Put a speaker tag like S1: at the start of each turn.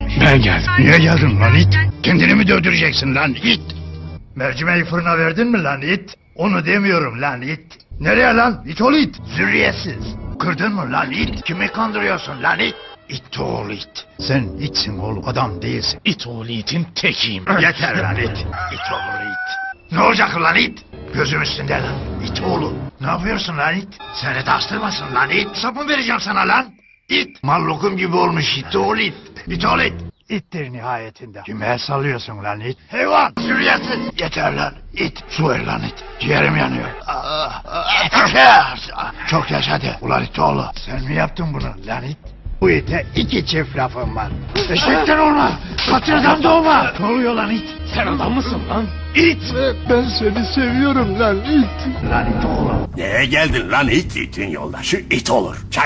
S1: Ben geldim.
S2: Niye geldin lan it? Kendini mi dövdüreceksin lan it? Mercimeği fırına verdin mi lan it? Onu demiyorum lan it. Nereye lan? İt ol it. Zürriyetsiz. Kırdın mı lan it? Kimi kandırıyorsun lan it? İt oğlu it. Sen itsin oğlum adam değilsin.
S1: İt oğlu itin tekiyim.
S2: Yeter lan it. İt oğlu it. Ne olacak lan it? Gözüm üstünde lan. İt oğlu. Ne yapıyorsun lan it? Seni bastırmasın lan it. Sapı vereceğim sana lan. İt. Mallokum gibi olmuş it oğlu it. İt oğlu it. İttir nihayetinde. Kime salıyorsun lan it? Hayvan. Sürüyesin. Yeter lan it. Su ver lan it. Ciğerim yanıyor. Ah, ah, ah. Çok yaş hadi. Ulan it oğlu. Sen mi yaptın bunu lan it? Bu ite iki çift lafım var. Eşekten olma. Katırdan doğma. Ne oluyor lan it?
S1: Sen adam mısın lan?
S2: İt. Ben seni seviyorum lan it. Lan it oğlum.
S3: Neye geldin lan it itin yoldaşı it olur. Çak